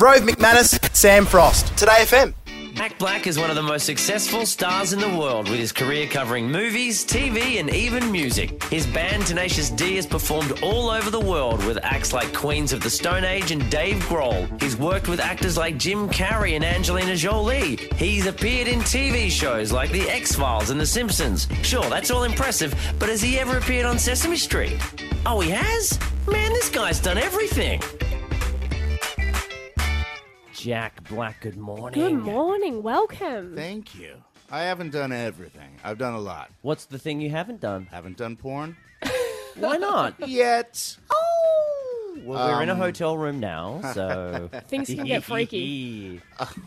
Rove McManus, Sam Frost. Today FM. Mac Black is one of the most successful stars in the world with his career covering movies, TV, and even music. His band Tenacious D has performed all over the world with acts like Queens of the Stone Age and Dave Grohl. He's worked with actors like Jim Carrey and Angelina Jolie. He's appeared in TV shows like The X Files and The Simpsons. Sure, that's all impressive, but has he ever appeared on Sesame Street? Oh, he has? Man, this guy's done everything. Jack Black, good morning. Good morning. Welcome. Thank you. I haven't done everything. I've done a lot. What's the thing you haven't done? Haven't done porn Why not? yet. Well, we're in Um, a hotel room now, so Things can get freaky.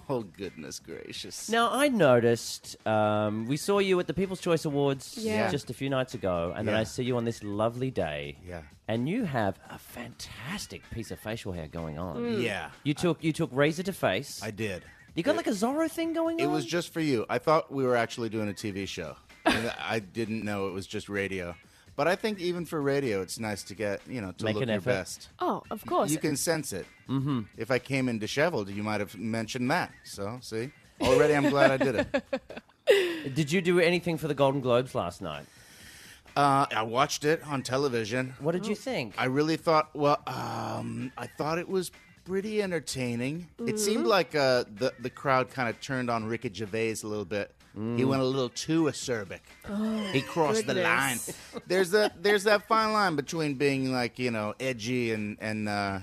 Oh goodness gracious. Now I noticed um, we saw you at the People's Choice Awards Yeah. just a few nights ago, and then Yeah. I see you on this lovely day. Yeah. and you have a fantastic piece of facial hair going on. Yeah. You took you took razor to face. Mm. I did. you got like a Zorro thing going It on. was just for you. I thought we were actually doing a TV show. And I didn't know it was just radio. But I think even for radio, it's nice to get you know to Make look an your effort. best. Oh, of course. You can sense it. Mm-hmm. If I came in disheveled, you might have mentioned that. So see, already I'm glad I did it. Did you do anything for the Golden Globes last night? Uh, I watched it on television. What did you think? Oh. I really thought. Well, um, I thought it was pretty entertaining. It seemed like uh, the the crowd kind of turned on Ricky Gervais a little bit. He went a little too acerbic. he crossed the line. goodness. There's that there's that fine line between being like you know edgy and and uh,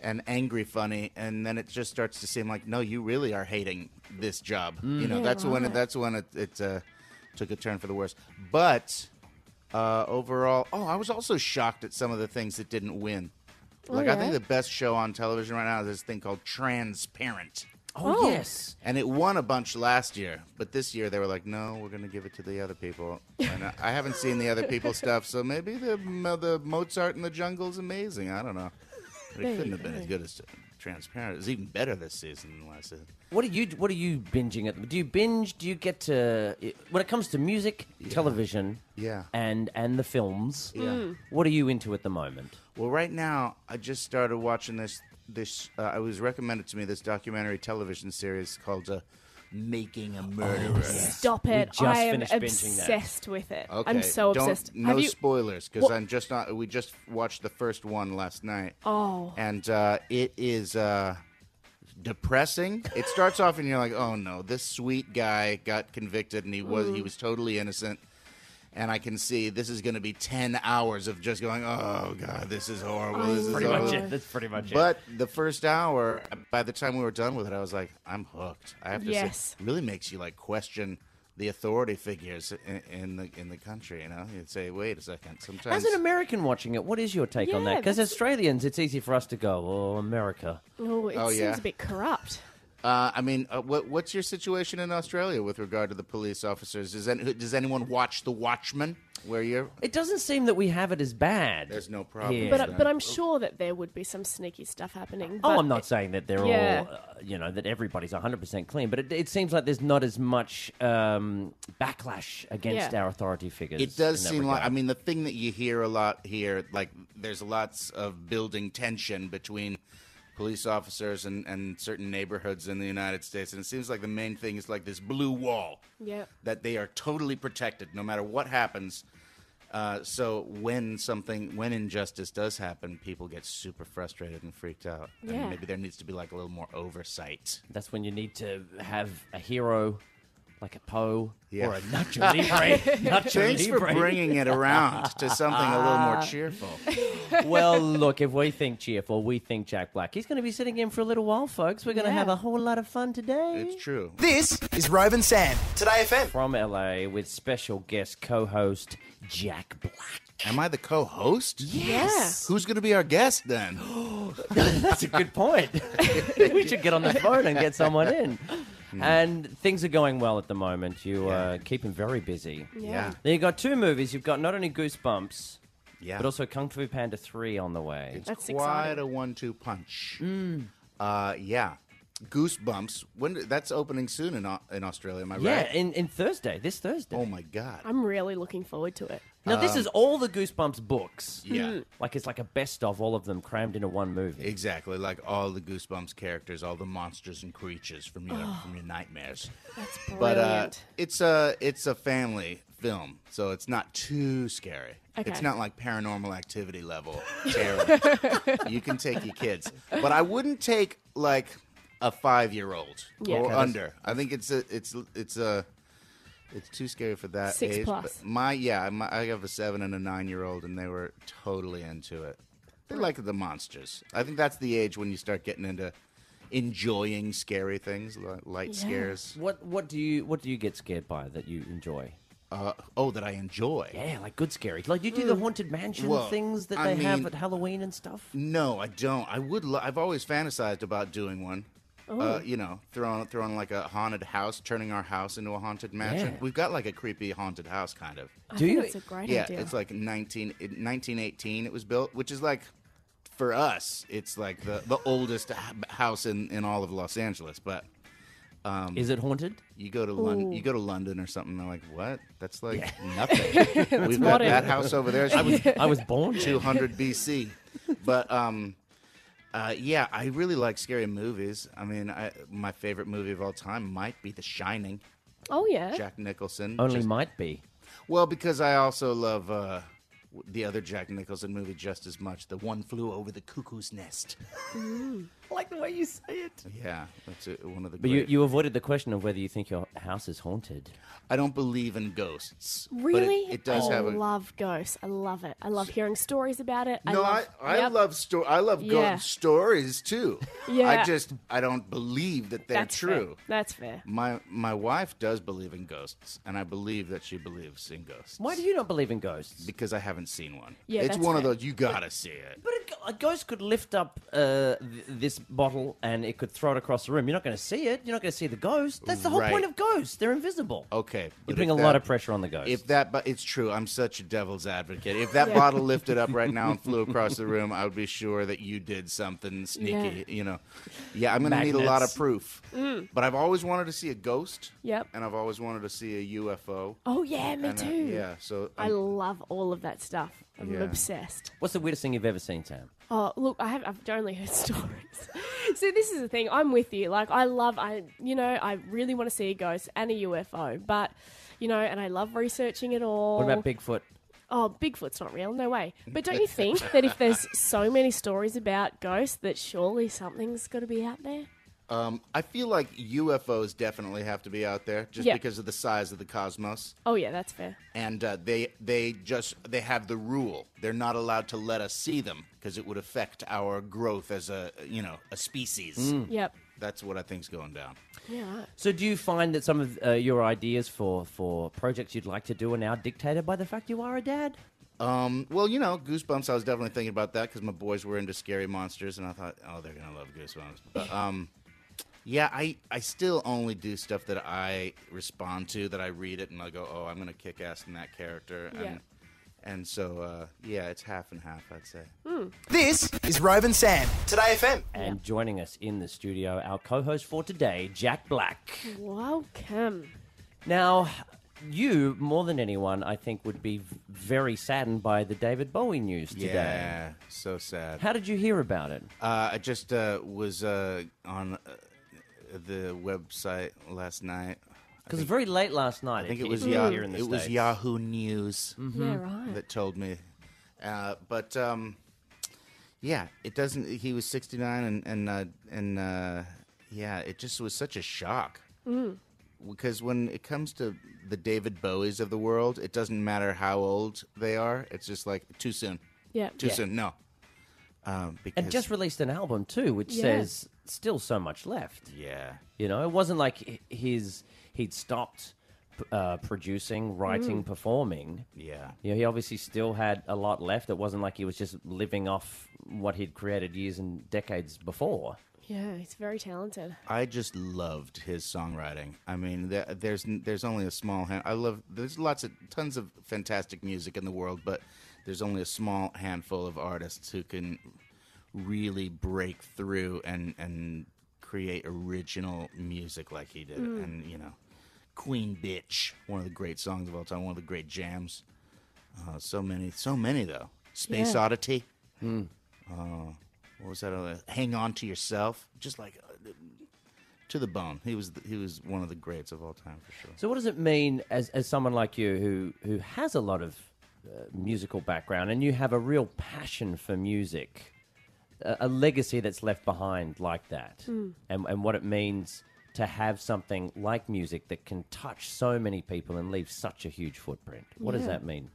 and angry funny, and then it just starts to seem like no, you really are hating this job. You know that's when it, that's when it, it uh, took a turn for the worse. But uh, overall. Oh, I was also shocked at some of the things that didn't win. Like I think yeah? the best show on television right now is this thing called Transparent. oh yes. And it won a bunch last year, but this year they were like, "No, we're going to give it to the other people." And I, I haven't seen the other people stuff, so maybe the the Mozart in the Jungle is amazing. I don't know. But it couldn't have been as good as Transparent. It was even better this season than last season. What are you? What are you binging at? Do you binge? Do you get to? When it comes to music, television, Yeah. Mm. and and the films, yeah. What are you into at the moment? Well, right now I just started watching this. This uh, I was recommended to me this documentary television series called uh, "Making a Oh, Murderer." Stop it. just I am finished binging that. obsessed with it. Okay, I'm so don't- obsessed. No Have you spoilers, because What- I'm just not. We just watched the first one last night. Oh. and uh, it is uh, depressing. It starts off, and you're like, "Oh no, this sweet guy got convicted, and he was Mm-hmm. he was totally innocent." And I can see this is going to be ten hours of just going, "Oh god, this is horrible." This is horrible. That's pretty much But the first hour, by the time we were done with it, I was like, I'm hooked. I have to say, Yes. it really makes you like question the authority figures in, in the in the country. You know, you'd say, wait a second. Sometimes As an American watching it, what is your take on Yeah, that? Because that's- Australians, it's easy for us to go, oh, America. Oh, it Oh, seems yeah. a bit corrupt. uh, I mean, uh, what what's your situation in Australia with regard to the police officers? Does any, does anyone watch The Watchmen? Where you're It doesn't seem that we have it as bad. There's no problem here. with But that. but I'm sure that there would be some sneaky stuff happening. Oh, but- I'm not saying that they're Yeah. all, uh, you know, that everybody's 100% clean, but it, it seems like there's not as much um, backlash against Yeah. our authority figures. It does in that seem like I regard. mean the thing that you hear a lot here, like there's lots of building tension between police officers and, and certain neighborhoods in the United States, and it seems like the main thing is like this blue wall. Yeah. That they are totally protected no matter what happens. Uh, so when something when injustice does happen, people get super frustrated and freaked out. Yeah. And maybe there needs to be like a little more oversight. That's when you need to have a hero like a Poe Yeah. or a Nacho Libre. Nacho Thanks for Libre. bringing it around to something a little more cheerful. well, look, if we think cheerful, we think Jack Black. He's going to be sitting in for a little while, folks. We're going to Yeah. have a whole lot of fun today. It's true. This is Rove and Sam. Today FM. From LA with special guest co host Jack Black. Am I the co-host? Yes. Who's going to be our guest then? That's a good point. we should get on the phone and get someone in. And things are going well at the moment. You uh, keep him very busy. Yeah. Then you've got two movies. You've got not only Goosebumps, Yeah. but also Kung Fu Panda 3 on the way. it's That's quite exciting. a Mm. one-two punch. Uh, yeah. Goosebumps. When that's opening soon in Au- in Australia, am I Yeah, right? in, in Thursday, this Thursday. oh my god. I'm really looking forward to it. Now, this is all the Goosebumps books. Hmm. Yeah. Mm. Like it's like a best of all of them crammed into one movie. Exactly, like all the Goosebumps characters, all the monsters and creatures from your Oh. from your nightmares. That's But uh, brilliant. it's a it's a family film, so it's not too scary. It's Okay. not like Paranormal Activity level terror. you can take your kids, but I wouldn't take like a five year old Yeah. or Okay, that's- under. I think it's a it's it's a it's too scary for that Six age. plus. But my yeah, my, I have a seven and a nine year old, and they were totally into it. They like the monsters. I think that's the age when you start getting into enjoying scary things, li- light Yeah. scares. What what do you what do you get scared by that you enjoy? Uh, oh, that I enjoy. Yeah, like good scary. Like you do the haunted mansion Hmm. Well, things that I they have mean- at Halloween and stuff. No, I don't. I would. Lo- I've always fantasized about doing one. Oh. Uh, you know, throwing throwing like a haunted house, turning our house into a haunted mansion. Yeah. We've got like a creepy haunted house, kind of. I Do think you- That's a great e- yeah, idea. it's like 19, it- 1918 It was built, which is like for us, it's like the the oldest h- house in in all of Los Angeles. But Is it haunted? you go to London, you go to London or something, they're like, what? That's like nothing. We've got modern. that house over there. I was I was born there. 200 BC. But um, uh, yeah, I really like scary movies. I mean, I, my favorite movie of all time might be The Shining. oh yeah. Jack Nicholson. Only Just- might be. well, because I also love uh, w- the other Jack Nicholson movie just as much. The One Flew Over the Cuckoo's Nest. I like the way you say it. Yeah, that's a, one of the. But you, great- you avoided the question of whether you think your house is haunted. I don't believe in ghosts. but it- Really? It, does I have a. love ghosts. I love it. I love hearing stories about it. No, I I, love, I Yep. love sto- I love Yeah. ghost stories too. I Yeah. just I don't believe that they're That's true. Fair. That's fair. My my wife does believe in ghosts, and I believe that she believes in ghosts. Why do you not believe in ghosts? Because I haven't seen one. Yeah, it's that's one fair. of those you gotta see it. But a, a ghost could lift up uh, th- this bottle and it could throw it across the room. You're not going to see it. You're not going to see the ghost. That's the whole Right. point of ghosts. They're invisible. Okay, You but bring a if lot that- of pressure on the ghost. If that, but it's true. I'm such a devil's advocate. If that Yeah. bottle lifted up right now and flew across the room, I would be sure that you did something sneaky. You know, yeah, I'm gonna need a lot of Magnets. proof. But I've always wanted to see a ghost. Mm. Yep. And I've always wanted to see a UFO. Oh yeah, me And, uh, too. yeah. So I um, love all of that stuff. I'm Yeah. obsessed. What's the weirdest thing you've ever seen, Sam? Oh, look, I have, I've only heard stories. so this is the thing. I'm with you. Like, I love, I you know, I really want to see a ghost and a UFO, but you know, and I love researching it all. What about Bigfoot? Oh, Bigfoot's not real, no way. But don't you think that if there's so many stories about ghosts, that surely something's got to be out there? Um, I feel like UFOs definitely have to be out there just Yeah. because of the size of the cosmos, Oh yeah, that's fair. and uh, they they just they have the rule they're not allowed to let us see them because it would affect our growth as a you know a species. Yep. That's what I think's going down. Yeah. Right. So, do you find that some of uh, your ideas for, for projects you'd like to do are now dictated by the fact you are a dad? Um, well, you know, Goosebumps. I was definitely thinking about that because my boys were into scary monsters, and I thought, oh, they're gonna love Goosebumps. But um, yeah, I I still only do stuff that I respond to, that I read it, and I go, oh, I'm gonna kick ass in that character, and Yeah. and so uh, yeah, it's half and half, I'd say. This is Roven Sam. Today FM. And joining us in the studio, our co host for today, Jack Black. Welcome. Now, you, more than anyone, I think, would be v- very saddened by the David Bowie news today. Yeah, so sad. How did you hear about it? Uh, I just uh, was uh, on uh, the website last night. Because very late last night. I think it if you- was if you're Yahoo. here in the It was States. Mm-hmm. Yahoo News. Yeah, right. that told me. Uh, but um, yeah, it doesn't. He was 69, and and uh, and uh, yeah, it just was such a shock. Mm. Because when it comes to the David Bowies of the world, it doesn't matter how old they are. It's just like too soon, yeah. too soon. No, um, because And just released an album too, which Yeah. says still so much left. yeah, You know, it wasn't like h- his he'd stopped p- uh, producing, writing, performing. yeah. You know, he obviously still had a lot left. It wasn't like he was just living off what he'd created years and decades before. Yeah, he's very talented. I just loved his songwriting. I mean, there, there's there's only a small hand. I love there's lots of tons of fantastic music in the world, but there's only a small handful of artists who can really break through and and create original music like he did. And you know, Queen Bitch, one of the great songs of all time, one of the great jams. Oh, so many, so many though. Space Yeah. Oddity. Uh, what was that? other- Hang on to yourself. Just like uh, to the bone. He was the, he was one of the greats of all time for sure. So, what does it mean as, as someone like you who, who has a lot of uh, musical background and you have a real passion for music, a, a legacy that's left behind like that, and, and what it means to have something like music that can touch so many people and leave such a huge footprint? What does Yeah. that mean?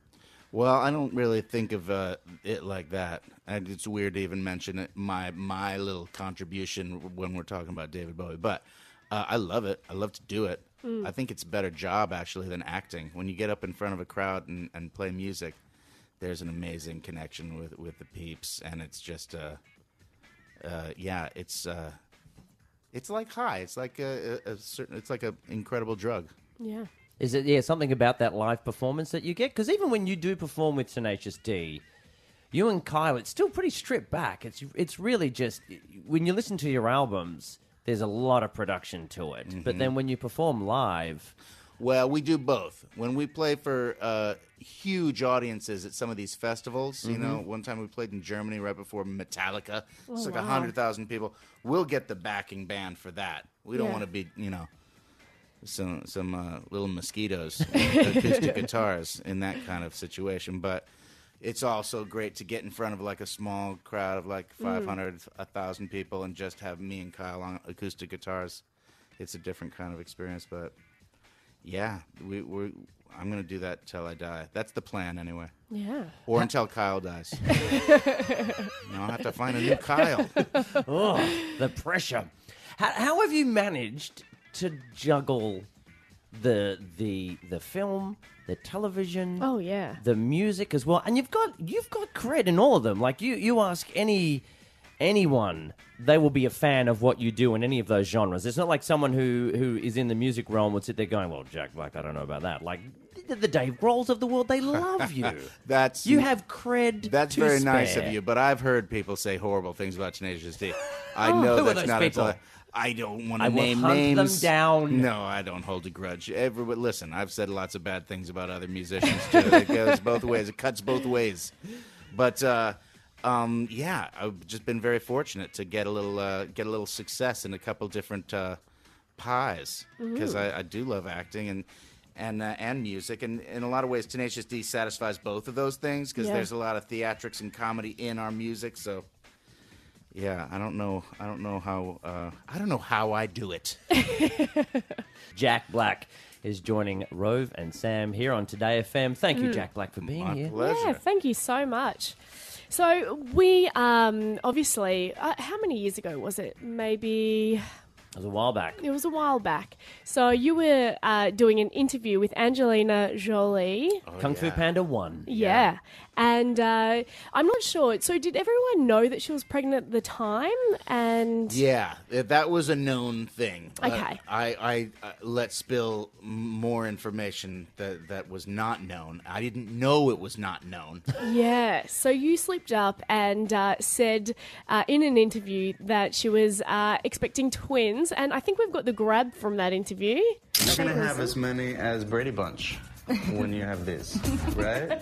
Well, I don't really think of uh, it like that. And it's weird to even mention it, my my little contribution when we're talking about David Bowie. But uh, I love it. I love to do it. I think it's a better job actually than acting. When you get up in front of a crowd and, and play music, there's an amazing connection with with the peeps, and it's just uh, uh, yeah, it's uh, it's like high. It's like a, a, a certain. It's like an incredible drug. Yeah. Is it yeah something about that live performance that you get? Because even when you do perform with Tenacious D, you and Kyle, it's still pretty stripped back. It's it's really just when you listen to your albums, there's a lot of production to it. But then when you perform live, Well, we do both. When we play for uh, huge audiences at some of these festivals, you know, one time we played in Germany right before Metallica. it's like a wow. 100,000 people. We'll get the backing band for that. We don't Yeah. want to be, you know, some some uh, little mosquitoes, with acoustic guitars in that kind of situation. But it's also great to get in front of like a small crowd of like 500, 1,000 people and just have me and Kyle on acoustic guitars. It's a different kind of experience, but yeah, we, we're. I'm gonna do that till I die. That's the plan, anyway, Yeah. or until Kyle dies. now I'll have to find a new Kyle. the pressure. How, how have you managed to juggle the the the film, the television? Oh, yeah. the music as well. And you've got you've got cred in all of them. Like you you ask any anyone, they will be a fan of what you do in any of those genres. It's not like someone who who is in the music realm would sit there going, "Well, Jack Black, I don't know about that." Like the, the Dave Grohl's of the world, they love you. That's you have cred. That's to very nice spare. of you, but I've heard people say horrible things about Tenacious D. I know Oh, Who are that's those not people? a. tele- I don't want I to will name hunt them names. down. No, I don't hold a grudge. Everyone, listen, I've said lots of bad things about other musicians too. it goes both ways. It cuts both ways. But uh, um, yeah, I've just been very fortunate to get a little uh, get a little success in a couple different uh, pies because I, I do love acting and and uh, and music and in a lot of ways, Tenacious D satisfies both of those things because Yeah. there's a lot of theatrics and comedy in our music. So yeah, I don't know, I don't know how uh, I don't know how I do it. Jack Black is joining Rove and Sam here on Today FM. Thank you, Jack Black, for being My here. pleasure. Yeah, thank you so much. So we um, obviously, uh, how many years ago was it? Maybe It was a while back. it was a while back. So you were uh, doing an interview with Angelina Jolie. Kung Fu Oh, yeah. Panda 1. Yeah. And uh, I'm not sure. So did everyone know that she was pregnant at the time? And Yeah, th- that was a known thing. Uh, Okay. I, I uh, let spill m- more information that that was not known. I didn't know it was not known. Yeah, so you slipped up and uh, said uh, in an interview that she was uh, expecting twins, and I think we've got the grab from that interview. You're gonna have as many as Brady Bunch when you have this, right?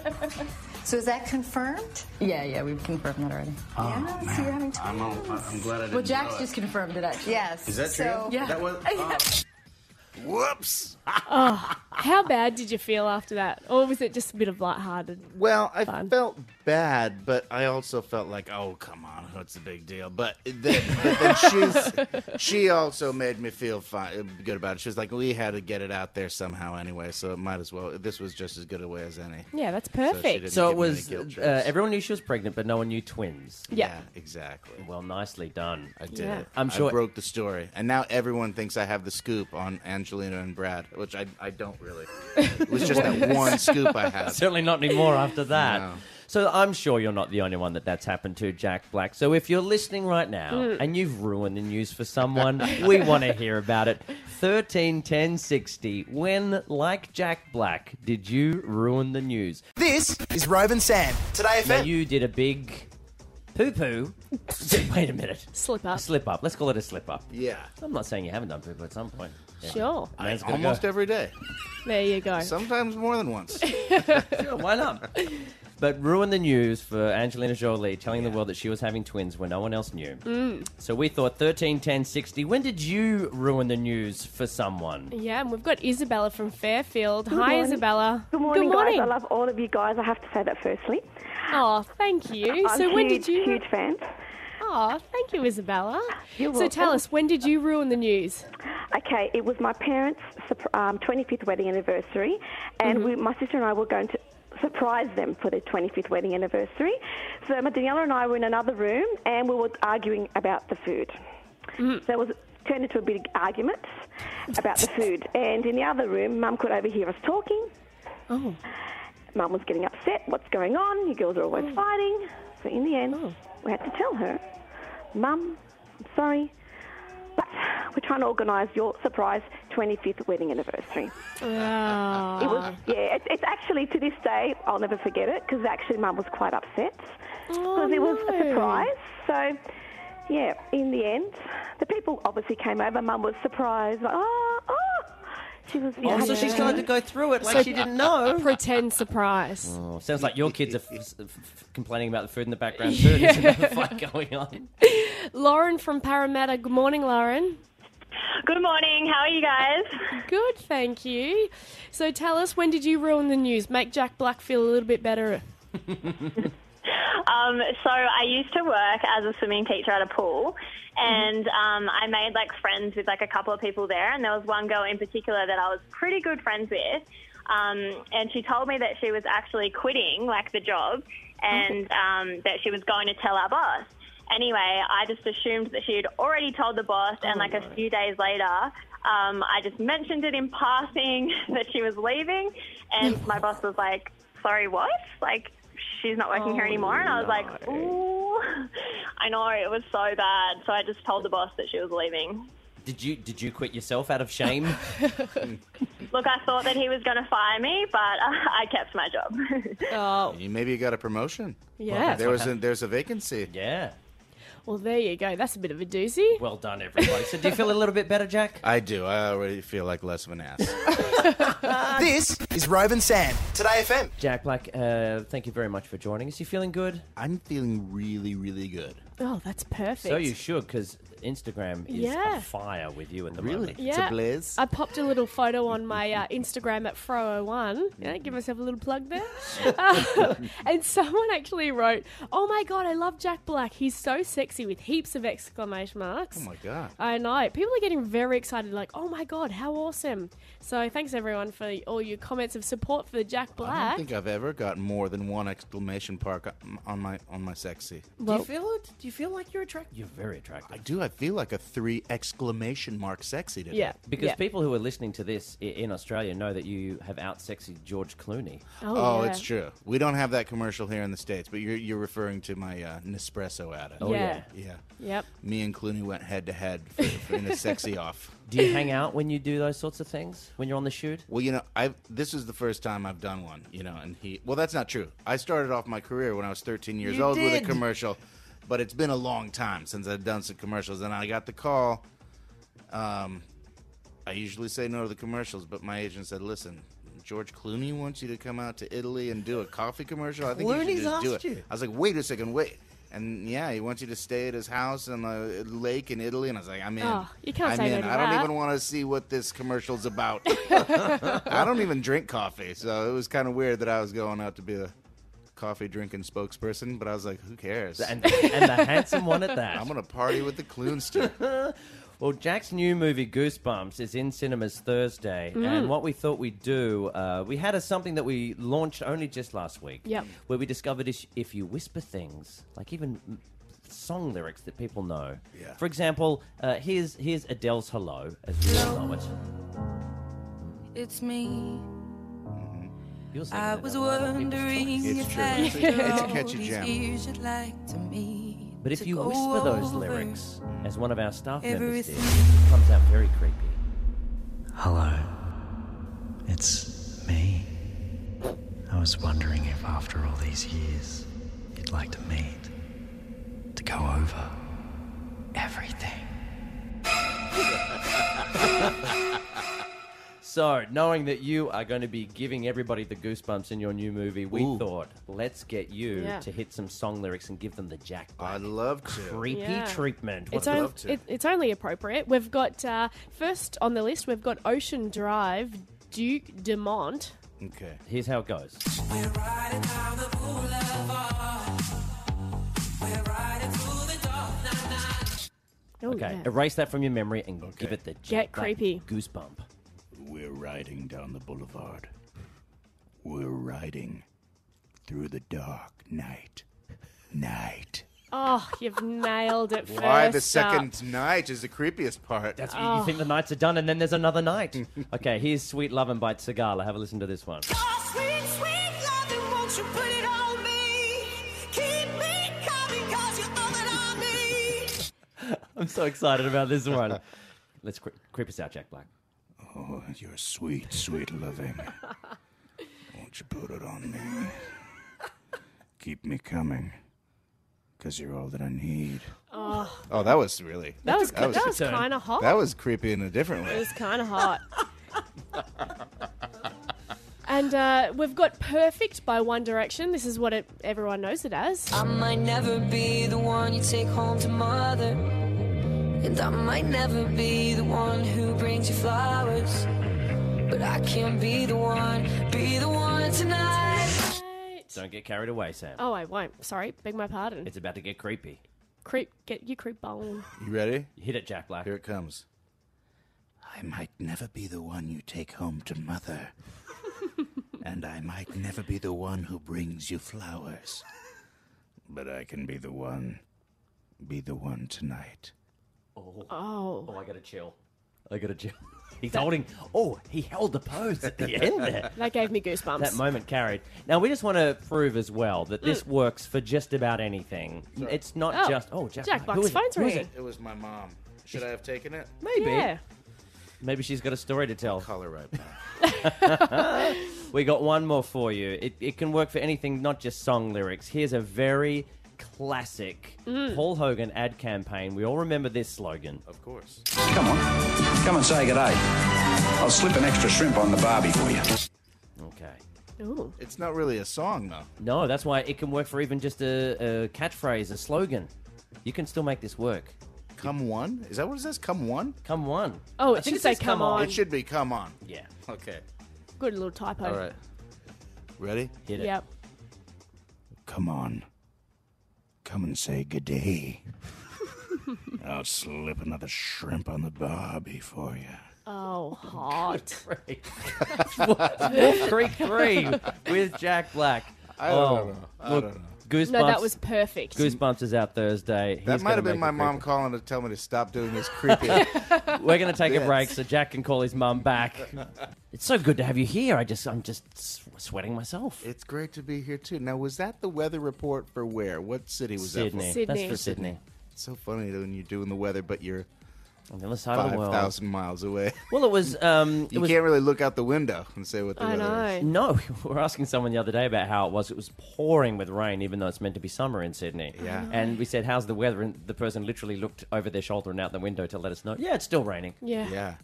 So is that confirmed? Yeah, yeah, we've confirmed that already. yes, you're having twins. Oh, I'm, all, I'm glad I didn't. Well, Jack's know just it. confirmed it actually. yes. Is that true? so, Yeah. That was. oh. Whoops. How bad did you feel after that? Or was it just a bit of lighthearted? Well, I Fun. felt bad, but I also felt like, oh, come on, what's the big deal? But, then but then she's, she also made me feel fine, good about it. She was like, we had to get it out there somehow anyway, so it might as well. This was just as good a way as any. Yeah, that's So she perfect. didn't So it give me any was guilt uh, trips. everyone knew she was pregnant, but no one knew twins. yeah. exactly. Well, nicely done. I did Yeah. it. I'm I sure- broke the story, and now everyone thinks I have the scoop on Angelina and Brad, which I, I don't really. It was just that one scoop I had. Certainly not anymore after that. No. So I'm sure you're not the only one that that's happened to, Jack Black. So if you're listening right now and you've ruined the news for someone, we want to hear about it. 13 10 60. When, like Jack Black, did you ruin the news? This is Rove and Sam. Today Now, FM. you did a big poo poo. Wait a minute. Slip up. Slip up. Let's call it a slip up. Yeah. I'm not saying you haven't done poo poo at some point. Yeah. Sure. Man's gotta Almost go. every day. There you go. Sometimes more than once. Sure, why not? But ruined the news for Angelina Jolie telling the world that she was having twins when no one else knew. So we thought 13, 10, 60. When did you ruin the news for someone? yeah, and we've got Isabella from Fairfield. Hi, morning. Isabella. Good morning, Good morning. guys. I love all of you guys. I have to say that firstly. Oh, thank you. I'm so when huge, did you? Huge fans. Oh, thank you, Isabella. You're so tell welcome. us, when did you ruin the news? Okay, it was my parents' sup- um, 25th wedding anniversary, and Mm-hmm. we, my sister and I were going to surprise them for their 25th wedding anniversary. So my Daniela and I were in another room, and we were arguing about the food. Mm-hmm. So it was turned into a big argument about the food. And in the other room, Mum could overhear us talking. Oh, Mum was getting upset. What's going on? You girls are always fighting. So in the end, Oh. we had to tell her, Mum, I'm sorry, but we're trying to organise your surprise 25th wedding anniversary. It Ah, was, yeah, it, it's actually to this day I'll never forget it because actually Mum was quite upset Oh, because it was a no. surprise. So. Yeah, in the end, the people obviously came over. Mum was surprised, like, oh, oh. She was. you know, Oh, so had she to- started to go through it like she didn't know. pretend surprise. Mm. Oh, sounds like your kids are f- f- complaining about the food in the background too. There's another fight going on. Lauren from Parramatta. Good morning, Lauren. Good morning. How are you guys? Good, thank you. So tell us, when did you ruin the news? Make Jack Black feel a little bit better. Um, so I used to work as a swimming teacher at a pool, and um, I made like friends with like a couple of people there, and there was one girl in particular that I was pretty good friends with, um, and she told me that she was actually quitting like the job, and um, that she was going to tell our boss. Anyway, I just assumed that she had already told the boss, and like a few days later. Um, I just mentioned it in passing that she was leaving, and my boss was like, "Sorry, what? Like, she's not working here anymore. And I was like, ooh, I know it was so bad. So I just told the boss that she was leaving. Did you did you quit yourself out of shame? Look, I thought that he was going to fire me, but uh, I kept my job. Oh, You maybe you got a promotion. yeah. There was a, there's a vacancy. yeah. Well, there you go. That's a bit of a doozy. Well done, everybody. So do you feel a little bit better, Jack? I do. I already feel like less of an ass. This is Rove and Sam. Today FM. Jack Black, uh, thank you very much for joining us. You feeling good? I'm feeling really, really good. Oh, that's perfect. So you should, because Instagram is Yeah. fire with you in the moment. It's Yeah. a blaze. I popped a little photo on my uh, Instagram at fro01. Yeah, give myself a little plug there. Uh, and someone actually wrote, "Oh my god, I love Jack Black. He's so sexy with heaps of exclamation marks." Oh my god. I know. People are getting very excited, like, oh my god, how awesome. So thanks everyone for all your comments of support for Jack I don't Black. think I've ever gotten more than one exclamation mark on my on my sexy. Do you feel it? Do you feel like you're attractive? You're very attractive. I do. I feel like a three exclamation mark sexy today. yeah. Because yeah. people who are listening to this i- in Australia know that you have out sexied George Clooney. Oh, yeah. it's true. We don't have that commercial here in the states, but you're you're referring to my uh, Nespresso ad. Oh, Yeah. yeah. yeah. Yep. Me and Clooney went head to head for- for- in a sexy off. Do you hang out when you do those sorts of things? When you're on the shoot? Well, you know, I this is the first time I've done one. You know, and he. Well, that's not true. I started off my career when I was 13 years You old with did. a commercial, but it's been a long time since I've done some commercials. And I got the call. Um, I usually say no to the commercials, but my agent said, "Listen." George Clooney wants you to come out to Italy and do a coffee commercial. I think you Clooney's should just do it. asked you. I was like, wait a second, wait. And yeah, he wants you to stay at his house on a lake in Italy. And I was like, I'm in. Oh, you can't I'm say no in. to I don't that. even want to see what this commercial's about. I don't even drink coffee, so it was kind of weird that I was going out to be a coffee drinking spokesperson. But I was like, who cares? And, and the handsome one at that. I'm gonna party with the Clunster. Well, Jack's new movie Goosebumps is in cinemas Thursday, Mm. and what we thought we'd do, uh, we had a something that we launched only just last week, Yep. where we discovered if, if you whisper things, like even mm, song lyrics that people know. Yeah. For example, uh, here's here's Adele's "Hello" as we all know it. It's me. You're singing I it, was a lot of people. wondering It's if true. It's after a- it's a all catchy these jam. years you'd like to meet. But if to you go whisper those over lyrics, as one of our staff members did, everything. it comes out very creepy. Hello. It's me. I was wondering if after all these years you'd like to meet. to go over everything. So, knowing that you are going to be giving everybody the goosebumps in your new movie, we thought let's get you Yeah. to hit some song lyrics and give them the Jack Black. I'd love creepy Yeah. treatment. It's, What- on- it- it's only appropriate. We've got uh, first on the list. We've got Ocean Drive, Duke Dumont. Okay. Here's how it goes. Oh, okay, yeah. erase that from your memory and give it the Jack Get Black creepy. goosebump. We're riding down the boulevard. We're riding through the dark night. Night. Oh, you've nailed it. Why the first second up. night is the creepiest part? That's you- you Oh. think the nights are done, and then there's another night. okay, here's Sweet Lovin' by Segala. Have a listen to this one. Oh, Sweet, sweet loving, won't you put it on me? Keep me coming, cause you're all that I need. I'm so excited about this one. Let's cre- creep us out, Jack Black. Oh, you're sweet, sweet loving. Won't you put it on me? Keep me coming, because you're all that I need. Oh, Oh, that was really. That was- that was kinda hot. That was creepy in a different it way. was kind of hot. And uh, we've got Perfect by One Direction. This is what it, everyone knows it as. I might never be the one you take home to mother. And I might never be the one who brings you flowers. But I can be the one, be the one tonight. Don't get carried away, Sam. Oh, I won't. Sorry, beg my pardon. It's about to get creepy. Creep, get you creep bone. You ready? Hit it, Jack Black. Here it comes. I might never be the one you take home to mother. and I might never be the one who brings you flowers. But I can be the one. Be the one tonight. Oh. Oh. I got a chill. I got a chill. He's holding. Oh, he held the pose at the end there. That gave me goosebumps. That moment carried. Now we just want to prove as well that this Mm. works for just about anything. It's not Oh, just oh Jack. Jack Black. Black's Who is it? phone's Who is ringing. it? It was my mom. Should I have taken it? Maybe. Yeah. Maybe she's got a story to tell. Call her right back. we got one more for you. It, it can work for anything, not just song lyrics. Here's a very classic Mm. Paul Hogan ad campaign. We all remember this slogan. Of course. Come on. Come and say good day. I'll slip an extra shrimp on the barbie for you. Okay. Ooh. It's not really a song though. No, that's why it can work for even just a, a catchphrase, a slogan. You can still make this work. Come one? Is that what it says? Come one? Come one. Oh, it I think should it say says come come on. on. It should be come on. Yeah. Okay. Good little typo. All right. Ready? Hit Yep. Come on. Come and say good day. I'll slip another shrimp on the barbie for you. Oh, hot. Creek Three with Jack Black. I don't Oh, know. I look, don't know. Goosebumps. No, that was perfect. Goosebumps is out Thursday. That He's might gonna have been make my it mom calling to tell me to stop doing this creepy. creepy. We're going to take a Yes. break so Jack can call his mum back. It's so good to have you here. I just, I'm just s- sweating myself. It's great to be here too. Now, was that the weather report for where? What city was Sydney. that? Sydney. That's for Sydney. It's so funny when you're doing the weather, but you're on the other side of the world. five thousand miles away. Well, it was. Um, it you was- can't really look out the window and say what the weather is. No, we were asking someone the other day about how it was. It was pouring with rain, even though it's meant to be summer in Sydney. Yeah. I know. And we said, "How's the weather?" And the person literally looked over their shoulder and out the window to let us know. Yeah, it's still raining. Yeah. Yeah.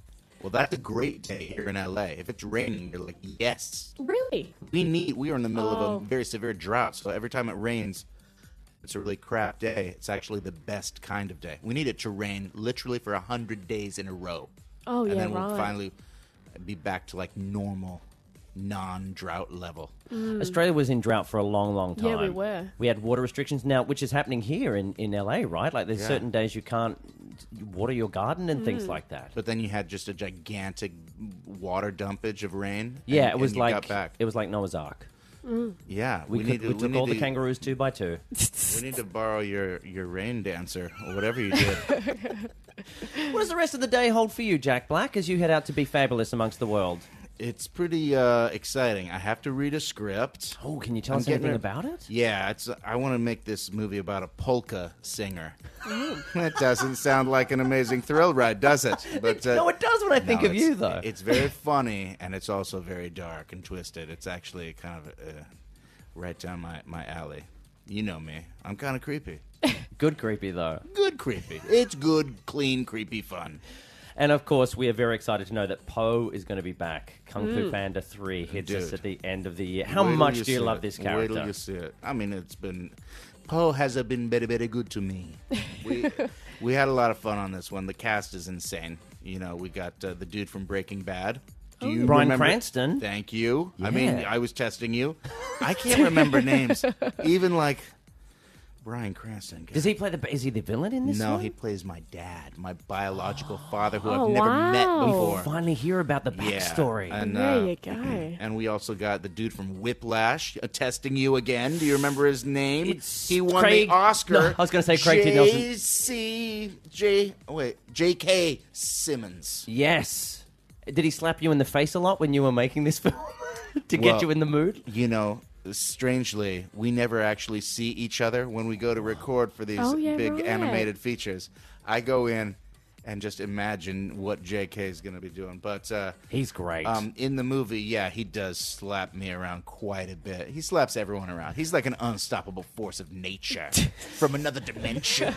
Well, that's a great day here in LA. If it's raining, you're like, yes, Really? we need. We are in the middle Oh. of a very severe drought, so every time it rains, it's a really crap day. It's actually the best kind of day. We need it to rain literally for hundred days in a row. Oh, and yeah, then we'll right. finally be back to like normal, non-drought level. Mm. Australia was in drought for a long, long time. Yeah, we were. We had water restrictions now, which is happening here in, in LA, right? Like there's Yeah. certain days you can't water your garden and things Mm. like that. But then you had just a gigantic water dumpage of rain. Yeah, and- it was and you like got back. it was like Noah's Ark. Yeah, We, could, need to- we took need all the to- kangaroos two by two. We need to borrow your your rain dancer or whatever you did. what does the rest of the day hold for you, Jack Black, as you head out to be fabulous amongst the world? it's pretty uh, exciting. I have to read a script. Oh, can you tell I'm us anything getting about it? Yeah, it's. I want to make this movie about a polka singer. Mm. that doesn't sound like an amazing thrill ride, does it? But uh, No, it does when I think of it's- you, though. It's very funny and it's also very dark and twisted. It's actually kind of uh, right down my my alley. You know me. I'm kind of creepy. Good creepy though. Good creepy. It's good, clean, creepy fun. And of course, we are very excited to know that Poe is going to be back. Kung Fu Mm. Panda 3 hits us Dude. at the end of the year. How Wait till much do see you love it. this Wait till character? you see it. I mean, it's been. Poe has uh, been very, very good to me. We, we had a lot of fun on this one. The cast is insane. You know, we got uh, the dude from Breaking Bad. Do Oh. you Bryan remember- Cranston. Thank you. I mean, Yeah. I was testing you. I can't remember names. Even like Brian Cranston. Does he play the? Is he the villain in this? No, one? he plays my dad, my biological father, who Oh, I've never wow. met We'll before. finally hear about the backstory. Yeah. And, There uh, you go. And we also got the dude from Whiplash uh, testing you again. Do you remember his name? he won Craig- the Oscar. No, I was gonna say Craig T. Nelson. J.C. J. oh, Wait, J.K. Simmons. Yes. Did he slap you in the face a lot when you were making this film to get Well, you in the mood? You know, strangely, we never actually see each other when we go to record for these Oh, yeah, big right. animated features. I go in and just imagine what JK is going to be doing. But uh, he's great. Um, in the movie, yeah, he does slap me around quite a bit. He slaps everyone around. He's like an unstoppable force of nature from another dimension.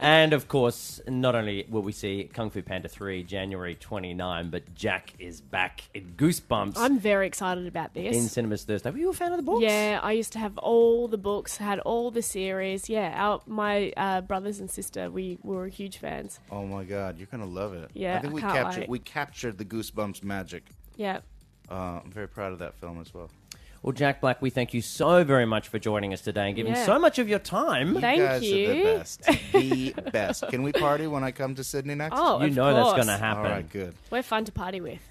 And of course, not only will we see Kung Fu Panda 3 January 29, but Jack is back in Goosebumps I'm very excited about this. in cinemas Thursday. Were you a fan of the books? Yeah, I used to have all the books, had all the series. Yeah, our, my uh, brothers and sister, we were huge fans. oh my god, you're gonna love it. I Yeah, think I we can't captured wait. we captured the goosebumps magic. Yeah. Uh, I'm very proud of that film as well. Well, Jack Black, we thank you so very much for joining us today and giving Yeah. so much of your time. You Thank guys are the you. best. The best. Can we party when I come to Sydney next? Oh, You of know that's course. gonna happen. All right, good. We're fun to party with.